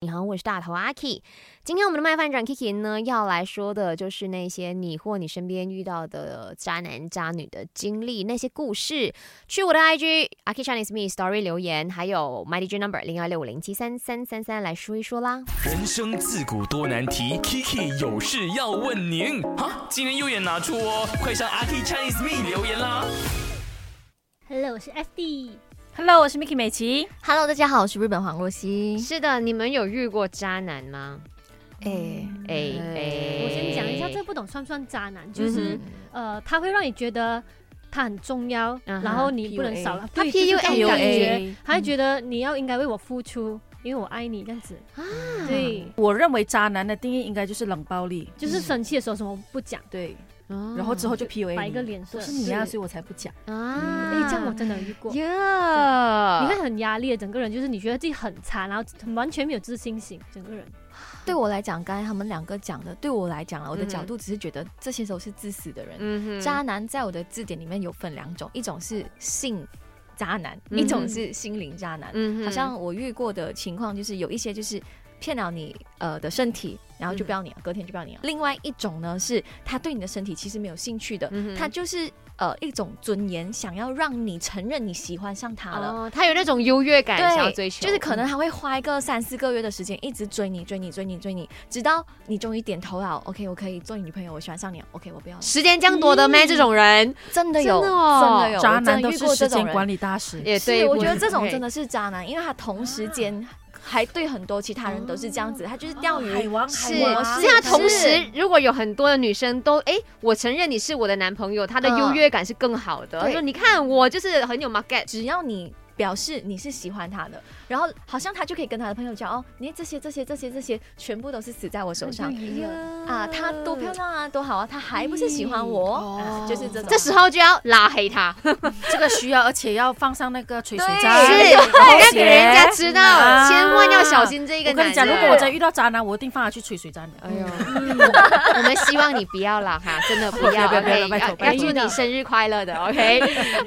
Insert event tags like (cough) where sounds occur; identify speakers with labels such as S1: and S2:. S1: 你好，我是大头阿 K。今天我们的麦饭转 Kiki 呢，要来说的就是那些你或你身边遇到的渣男渣女的经历，那些故事。去我的 IG 阿 K Chinese Me Story 留言，还有 My DJ Number 零二六五零七三三三三来说一说啦。
S2: 人生自古多难题，Kiki 有事要问您。哈，今天又也拿出哦，快上阿 K Chinese Me 留言啦。
S3: Hello，我是 FD。
S4: Hello，我是 Miki 美琪。
S5: Hello，大家好，我是日本黄若曦。
S1: 是的，你们有遇过渣男吗？
S5: 哎、
S1: 哎哎，
S3: 我先讲一下，这不懂算不算渣男？
S5: 嗯
S3: 就是、呃，他会让你觉得他很重要，
S5: 啊
S1: 嗯哼
S3: 然后你不能少了。他
S1: PUA
S3: 就是这种感觉
S4: PUA，
S3: 他会觉得你要应该为我付出，因为我爱你这样子。
S1: 啊
S3: 对，
S4: 我认为渣男的定义应该就是冷暴力，
S3: 就是生气的时候什么不讲，
S4: 对，
S1: 哦
S4: 然后之后就
S5: 嗯
S4: PUA
S3: 摆一个
S4: 你
S3: 脸色。
S4: 是你啊，
S3: 对
S4: 所以我才不讲。
S1: 啊
S3: 哎，这样我真的有遇过。
S1: 耶
S5: 啊
S3: 你会很压力，整个人就是你觉得自己很差，然后完全没有自信心，整个人。
S5: 对我来讲，刚才他们两个讲的，对我来讲啊，我的
S1: 嗯
S5: 角度只是觉得这些都是自私的人。
S1: 嗯哼
S5: 渣男在我的字典里面有分两种，一种是性渣男，
S1: 嗯
S5: 一种是心灵渣男。
S1: 嗯哼
S5: 好像我遇过的情况就是有一些就是骗了你呃的身体，然后
S1: 嗯
S5: 就不要你了，隔天就不要你了。另外一种呢是他对你的身体其实没有兴趣的，
S1: 嗯哼
S5: 他就是呃一种尊严，想要让你承认你喜欢上他了。
S1: 哦，他有那种优越感，想要
S5: 对，
S1: 追求，嗯
S5: 就是可能他会花一个三四个月的时间，一直追你，追你，追你，追你，直到你终于点头了。OK，我可以做你女朋友，我喜欢上你了。OK，我不要了。
S1: 时间将夺的咩？这种人
S5: 真的有，
S1: 真的哦
S5: 有，
S4: 渣
S5: 我真
S4: 男
S5: 的
S4: 都
S5: 遇
S4: 是
S5: 过这
S4: 时
S5: 种
S4: 间
S5: 人。
S4: 管理大师。
S1: 也
S5: 是，
S1: 对，
S5: 我觉得这种
S1: 对啊
S5: 真的是渣男，因为他同时间还对很多其他人都是这样子，他就是钓
S1: 哦
S5: 鱼。
S4: 王
S1: 是，
S5: 我
S1: 是
S5: 是
S1: 他同
S5: 是
S1: 时如果有很多的女生都哎，我承认你是我的男朋友，他的
S5: 嗯
S1: 优越感是更好的。
S5: 对嗯
S1: 说你看我就是很有 market，
S5: 只要你表示你是喜欢他的，然后好像他就可以跟他的朋友讲哦，你这些这些这些这些全部都是死在我手上啊，他多漂亮啊，多好啊，他还不是喜
S1: 哎
S5: 欢我，
S1: 哦
S4: 哦
S5: 啊就是这种。
S1: 这时候就要拉黑他，
S4: 这个需要，而且要放上那个吹水渣，
S1: 是要给人家知道，
S4: 啊
S1: 千万要小心这一个
S4: 我
S1: 男人。
S4: 跟你讲，如果我真遇到渣男，我一定放他去吹水渣的。
S1: 哎呦， (laughs) 我们希望你不要啦哈，真的不要
S4: 不要不要不要
S1: OK，
S4: 拜托
S1: 要
S4: 拜
S1: 要
S4: 托
S1: 祝你生日快乐的，OK。